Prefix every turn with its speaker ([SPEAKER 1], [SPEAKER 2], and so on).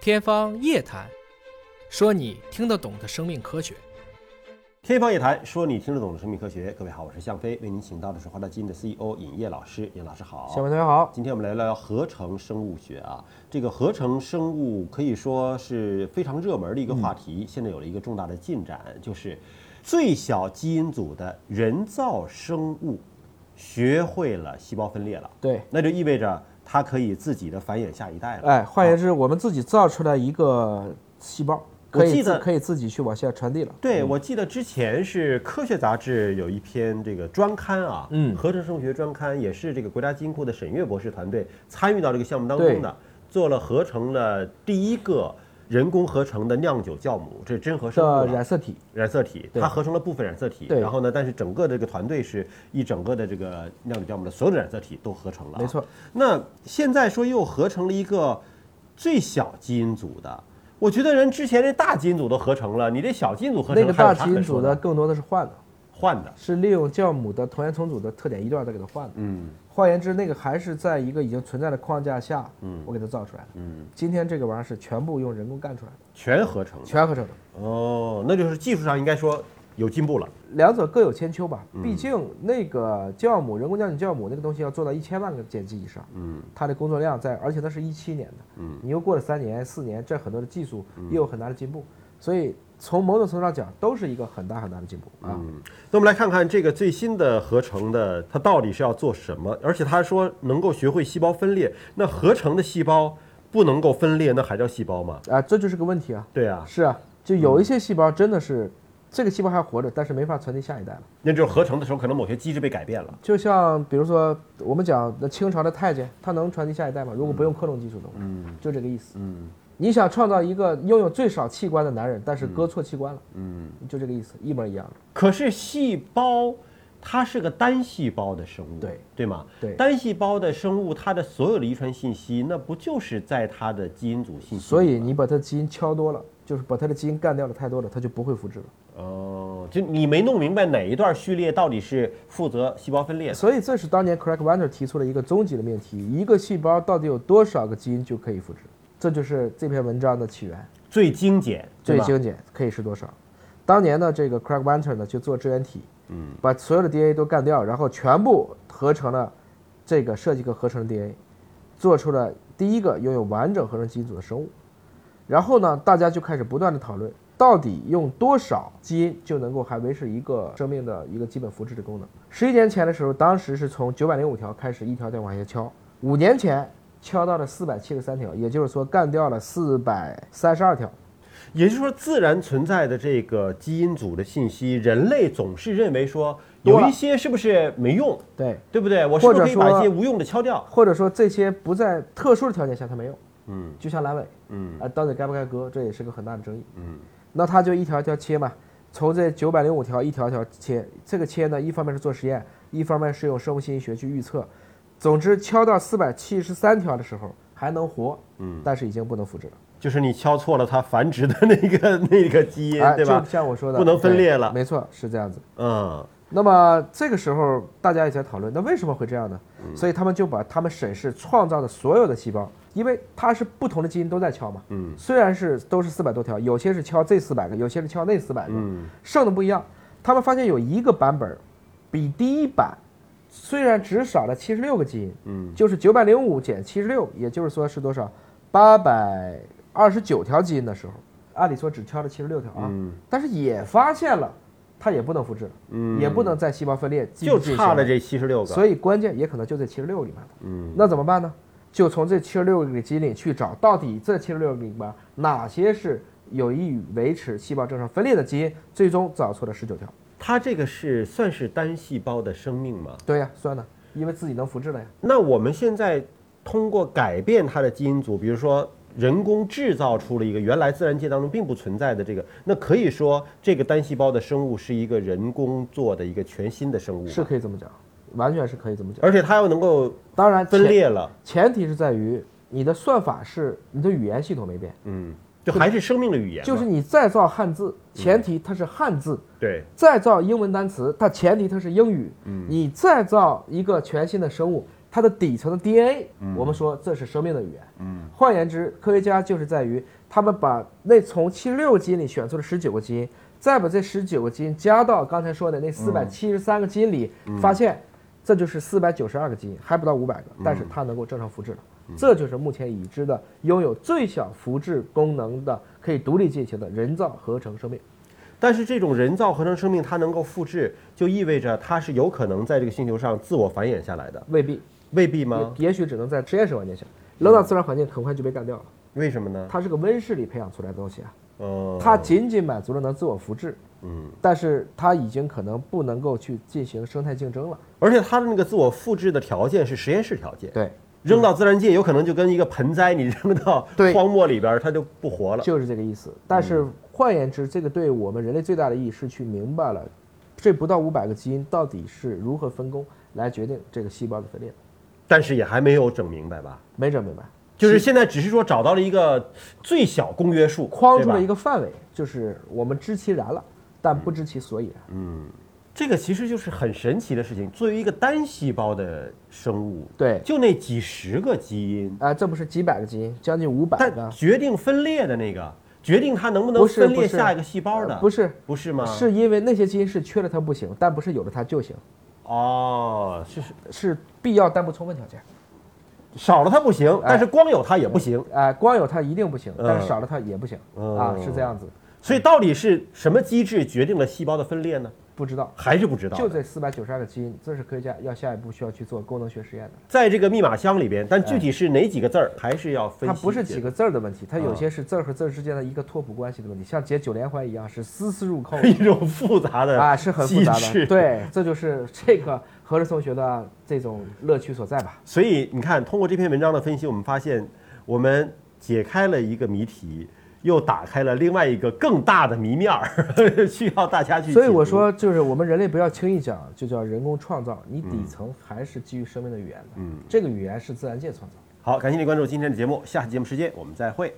[SPEAKER 1] 天方夜谭，说你听得懂的生命科学。
[SPEAKER 2] 天方夜谭，说你听得懂的生命科学。各位好，我是向飞，为您请到的是华大基因的 CEO 尹烨老师。尹老师好，
[SPEAKER 3] 小文同学好，
[SPEAKER 2] 今天我们来聊聊合成生物学啊，这个合成生物可以说是非常热门的一个话
[SPEAKER 3] 嗯
[SPEAKER 2] 题，现在有了一个重大的进展，就是最小基因组的人造生物学会了细胞分裂了，
[SPEAKER 3] 对，
[SPEAKER 2] 那就意味着它可以自己的繁衍下一代了。
[SPEAKER 3] 哎，换言之，我们自己造出来一个细胞，可
[SPEAKER 2] 我记
[SPEAKER 3] 以
[SPEAKER 2] 得
[SPEAKER 3] 自可以自己去往下传递了。
[SPEAKER 2] 对，我记得之前是《科学》杂志有一篇这个专刊啊，
[SPEAKER 1] 嗯
[SPEAKER 2] 合成生物学专刊也是这个国家基因库的沈月博士团队参与到这个项目当中
[SPEAKER 3] 对
[SPEAKER 2] 的，做了合成了第一个人工合成的酿酒酵母，这是真合生物
[SPEAKER 3] 的
[SPEAKER 2] 了
[SPEAKER 3] 染色体，
[SPEAKER 2] 染色体，
[SPEAKER 3] 对
[SPEAKER 2] 它合成了部分染色体，
[SPEAKER 3] 对
[SPEAKER 2] 然后呢，但是整个的这个团队是一整个的这个酿酒酵母的所有的染色体都合成了、
[SPEAKER 3] 没错。
[SPEAKER 2] 那现在说又合成了一个最小基因组的，我觉得人之前这大基因组都合成了，你这小基因组合成
[SPEAKER 3] 那个
[SPEAKER 2] 还有
[SPEAKER 3] 大
[SPEAKER 2] 啥
[SPEAKER 3] 基
[SPEAKER 2] 可
[SPEAKER 3] 因
[SPEAKER 2] 说
[SPEAKER 3] 组的更多的是换的，
[SPEAKER 2] 换的，
[SPEAKER 3] 是利用酵母的同源重组的特点一段再给它换的。
[SPEAKER 2] 嗯
[SPEAKER 3] 换言之，那个还是在一个已经存在的框架下，
[SPEAKER 2] 嗯
[SPEAKER 3] 我给它造出来的。
[SPEAKER 2] 嗯，
[SPEAKER 3] 今天这个玩意儿是全部用人工干出来的，
[SPEAKER 2] 全合成的
[SPEAKER 3] 全合成的。
[SPEAKER 2] 哦，那就是技术上应该说有进步了，
[SPEAKER 3] 两者各有千秋吧，
[SPEAKER 2] 嗯
[SPEAKER 3] 毕竟那个酵母，人工降解酵母那个东西要做到一千万个碱基以上，
[SPEAKER 2] 嗯
[SPEAKER 3] 它的工作量在，而且它是一七年的，
[SPEAKER 2] 嗯，
[SPEAKER 3] 你又过了三年、四年，这很多的技术又有很大的进步，所以从某种程度上讲，都是一个很大很大的进步啊。
[SPEAKER 2] 嗯。那我们来看看这个最新的合成的，它到底是要做什么？而且他说能够学会细胞分裂，那合成的细胞不能够分裂，那还叫细胞吗？
[SPEAKER 3] 啊，这就是个问题啊。
[SPEAKER 2] 对啊，
[SPEAKER 3] 是啊，就有一些细胞真的是，这个细胞还活着，但是没法传递下一代了。
[SPEAKER 2] 那就是合成的时候可能某些机制被改变了。
[SPEAKER 3] 就像比如说，我们讲那清朝的太监，他能传递下一代吗？如果不用克隆技术的话，
[SPEAKER 2] 嗯
[SPEAKER 3] 就这个意思。
[SPEAKER 2] 嗯
[SPEAKER 3] 你想创造一个拥有最少器官的男人，但是割错器官了，
[SPEAKER 2] 嗯。
[SPEAKER 3] 就这个意思，一模一样的。
[SPEAKER 2] 可是细胞它是个单细胞的生物，
[SPEAKER 3] 对
[SPEAKER 2] 对吗？
[SPEAKER 3] 对
[SPEAKER 2] 单细胞的生物，它的所有的遗传信息，那不就是在它的基因组信息里吗？
[SPEAKER 3] 所以你把它基因敲多了，就是把它的基因干掉了太多了，它就不会复制了。
[SPEAKER 2] 哦，就你没弄明白哪一段序列到底是负责细胞分裂的。
[SPEAKER 3] 所以这是当年 Craig Venter 提出了一个终极的命题：一个细胞到底有多少个基因就可以复制？这就是这篇文章的起源，
[SPEAKER 2] 最精简，对
[SPEAKER 3] 最
[SPEAKER 2] 吧
[SPEAKER 3] 精简可以是多少？当年呢，这个 Craig Venter 呢就做支原体，嗯，把所有的 DNA 都干掉，然后全部合成了这个设计个合成的 DNA，做出了第一个拥有完整合成基因组的生物。然后呢，大家就开始不断的讨论，到底用多少基因就能够还维持一个生命的一个基本复制的功能？十一年前的时候，当时是从九百零五条开始一条条往下敲，五年前敲到了四百七十三条，也就是说干掉了四百三十二条。
[SPEAKER 2] 也就是说，自然存在的这个基因组的信息，人类总是认为说
[SPEAKER 3] 多
[SPEAKER 2] 有
[SPEAKER 3] 了
[SPEAKER 2] 一些是不是没用，
[SPEAKER 3] 对，
[SPEAKER 2] 对不对？我是不是可
[SPEAKER 3] 啊或者
[SPEAKER 2] 以把
[SPEAKER 3] 说
[SPEAKER 2] 一些无用的敲掉？
[SPEAKER 3] 或者说这些不在特殊的条件下它没有，
[SPEAKER 2] 嗯
[SPEAKER 3] 就像阑尾，
[SPEAKER 2] 嗯
[SPEAKER 3] 啊，到底该不该割，这也是个很大的争议。
[SPEAKER 2] 嗯
[SPEAKER 3] 那他就一条一条切嘛，从这九百零五条一条一条切。这个切呢，一方面是做实验，一方面是用生物信息学去预测。总之，敲到四百七十三条的时候还能活，
[SPEAKER 2] 嗯，
[SPEAKER 3] 但是已经不能复制了。
[SPEAKER 2] 就是你敲错了它繁殖的那个那个基因，
[SPEAKER 3] 哎，
[SPEAKER 2] 对吧
[SPEAKER 3] 就？像我说的，
[SPEAKER 2] 不能分裂了
[SPEAKER 3] 对没错，是这样子。
[SPEAKER 2] 嗯
[SPEAKER 3] 那么这个时候，大家也在讨论，那为什么会这样呢？所以他们就把他们审视创造的所有的细胞，因为它是不同的基因都在敲嘛，
[SPEAKER 2] 嗯
[SPEAKER 3] 虽然是都是四百多条，有些是敲这四百个，有些是敲那四百个，
[SPEAKER 2] 嗯
[SPEAKER 3] 剩的不一样。他们发现有一个版本儿比第一版虽然只少了七十六个基因，
[SPEAKER 2] 嗯
[SPEAKER 3] 就是九百零五减七十六，也就是说是多少？八百二十九条基因的时候，按理说只挑了七十六条啊，
[SPEAKER 2] 嗯
[SPEAKER 3] 但是也发现了它也不能复制，
[SPEAKER 2] 嗯，
[SPEAKER 3] 也不能在细胞分裂继续
[SPEAKER 2] 就
[SPEAKER 3] 进行
[SPEAKER 2] 差了这七十六个。
[SPEAKER 3] 所以关键也可能就在七十六里面了。
[SPEAKER 2] 嗯
[SPEAKER 3] 那怎么办呢？就从这七十六个基因里去找，到底这七十六个里面哪些是有益于维持细胞正常分裂的基因？最终找出了十九条。
[SPEAKER 2] 它这个是算是单细胞的生命吗？
[SPEAKER 3] 对呀、算了，因为自己能复制了呀。
[SPEAKER 2] 那我们现在通过改变它的基因组，比如说人工制造出了一个原来自然界当中并不存在的这个，那可以说这个单细胞的生物是一个人工做的一个全新的生物吧，
[SPEAKER 3] 是可以这么讲，完全是可以这么讲。
[SPEAKER 2] 而且它又能够
[SPEAKER 3] 当然，
[SPEAKER 2] 分
[SPEAKER 3] 前
[SPEAKER 2] 裂了，
[SPEAKER 3] 前提是在于你的算法是你的语言系统没变，
[SPEAKER 2] 嗯，就还是生命的语言嘛，
[SPEAKER 3] 就是你再造汉字，前提它是汉字。
[SPEAKER 2] 对，
[SPEAKER 3] 再造英文单词，它前提它是英语。你再造一个全新的生物，它的底层的 DNA，、我们说这是生命的语言。
[SPEAKER 2] 嗯
[SPEAKER 3] 换言之，科学家就是在于他们把那从七十六基因里选出了十九个基因，再把这十九个基因加到刚才说的那四百七十三个基因里，发现这就是四百九十二个基因，还不到五百个，但是它能够正常复制了。这就是目前已知的拥有最小复制功能的、可以独立进行的人造合成生命。
[SPEAKER 2] 但是这种人造合成生命它能够复制，就意味着它是有可能在这个星球上自我繁衍下来的，
[SPEAKER 3] 未必，
[SPEAKER 2] 未必
[SPEAKER 3] 也
[SPEAKER 2] 吗？嗯
[SPEAKER 3] 也许只能在实验室环境下，扔到自然环境很快就被干掉了。
[SPEAKER 2] 为什么呢？
[SPEAKER 3] 它是个温室里培养出来的东西啊，
[SPEAKER 2] 嗯，
[SPEAKER 3] 它仅仅满足了能自我复制，
[SPEAKER 2] 嗯，
[SPEAKER 3] 但是它已经可能不能够去进行生态竞争了。
[SPEAKER 2] 而且它的那个自我复制的条件是实验室条件，
[SPEAKER 3] 对，
[SPEAKER 2] 扔到自然界有可能就跟一个盆栽，你扔到
[SPEAKER 3] 对
[SPEAKER 2] 荒漠里边儿它就不活了。
[SPEAKER 3] 就是这个意思。但是换言之，这个对我们人类最大的意义是去明白了，这不到五百个基因到底是如何分工来决定这个细胞的分裂。
[SPEAKER 2] 但是也还没有整明白吧？
[SPEAKER 3] 没整明白，
[SPEAKER 2] 就是现在只是说找到了一个最小公约数，
[SPEAKER 3] 框住
[SPEAKER 2] 对吧
[SPEAKER 3] 了一个范围，就是我们知其然了，但不知其所以然。
[SPEAKER 2] 嗯这个其实就是很神奇的事情。作为一个单细胞的生物，
[SPEAKER 3] 对，
[SPEAKER 2] 就那几十个基因，
[SPEAKER 3] 啊、这不是几百个基因，将近五百
[SPEAKER 2] 但
[SPEAKER 3] 个。
[SPEAKER 2] 决定分裂的那个，决定它能不能
[SPEAKER 3] 不是
[SPEAKER 2] 分裂
[SPEAKER 3] 不是
[SPEAKER 2] 下一个细胞的，
[SPEAKER 3] 呃不是
[SPEAKER 2] 不是啊吗？
[SPEAKER 3] 是因为那些基因是缺了它不行，但不是有了它就行，
[SPEAKER 2] 哦，是是
[SPEAKER 3] 是必要但不充分条件。
[SPEAKER 2] 少了它不行，
[SPEAKER 3] 哎
[SPEAKER 2] 但是光有它也不行。
[SPEAKER 3] 啊、光有它一定不行，但
[SPEAKER 2] 嗯
[SPEAKER 3] 是少了它也不行、
[SPEAKER 2] 嗯
[SPEAKER 3] 啊，是这样子。
[SPEAKER 2] 所以到底是什么机制决定了细胞的分裂呢？
[SPEAKER 3] 不知道，
[SPEAKER 2] 还是不知道的。
[SPEAKER 3] 就这四百九十二个基因，这是科学家要下一步需要去做功能学实验的。
[SPEAKER 2] 在这个密码箱里边，但具体是哪几个字儿，还是要分析。啊
[SPEAKER 3] 它哎不是几，个字儿的问题，它有些是字儿和字儿之间的一个拓扑关系的问题，像解九连环一样，是丝 丝入扣
[SPEAKER 2] 一种复杂的
[SPEAKER 3] 啊，是很复杂
[SPEAKER 2] 机
[SPEAKER 3] 的。
[SPEAKER 2] 制。
[SPEAKER 3] 对，这就是这个何志同学的这种乐趣所在吧。
[SPEAKER 2] 所以你看，通过这篇文章的分析，我们发现我们解开了一个谜题，又打开了另外一个更大的谜面儿， 需要大家去。
[SPEAKER 3] 所以我，说，就是我们人类不要轻易讲，就叫人工创造，你底层还是基于生命的语言的。嗯，这个语言是自然界创造的。
[SPEAKER 2] 好，感谢你关注今天的节目，下期节目时间我们再会。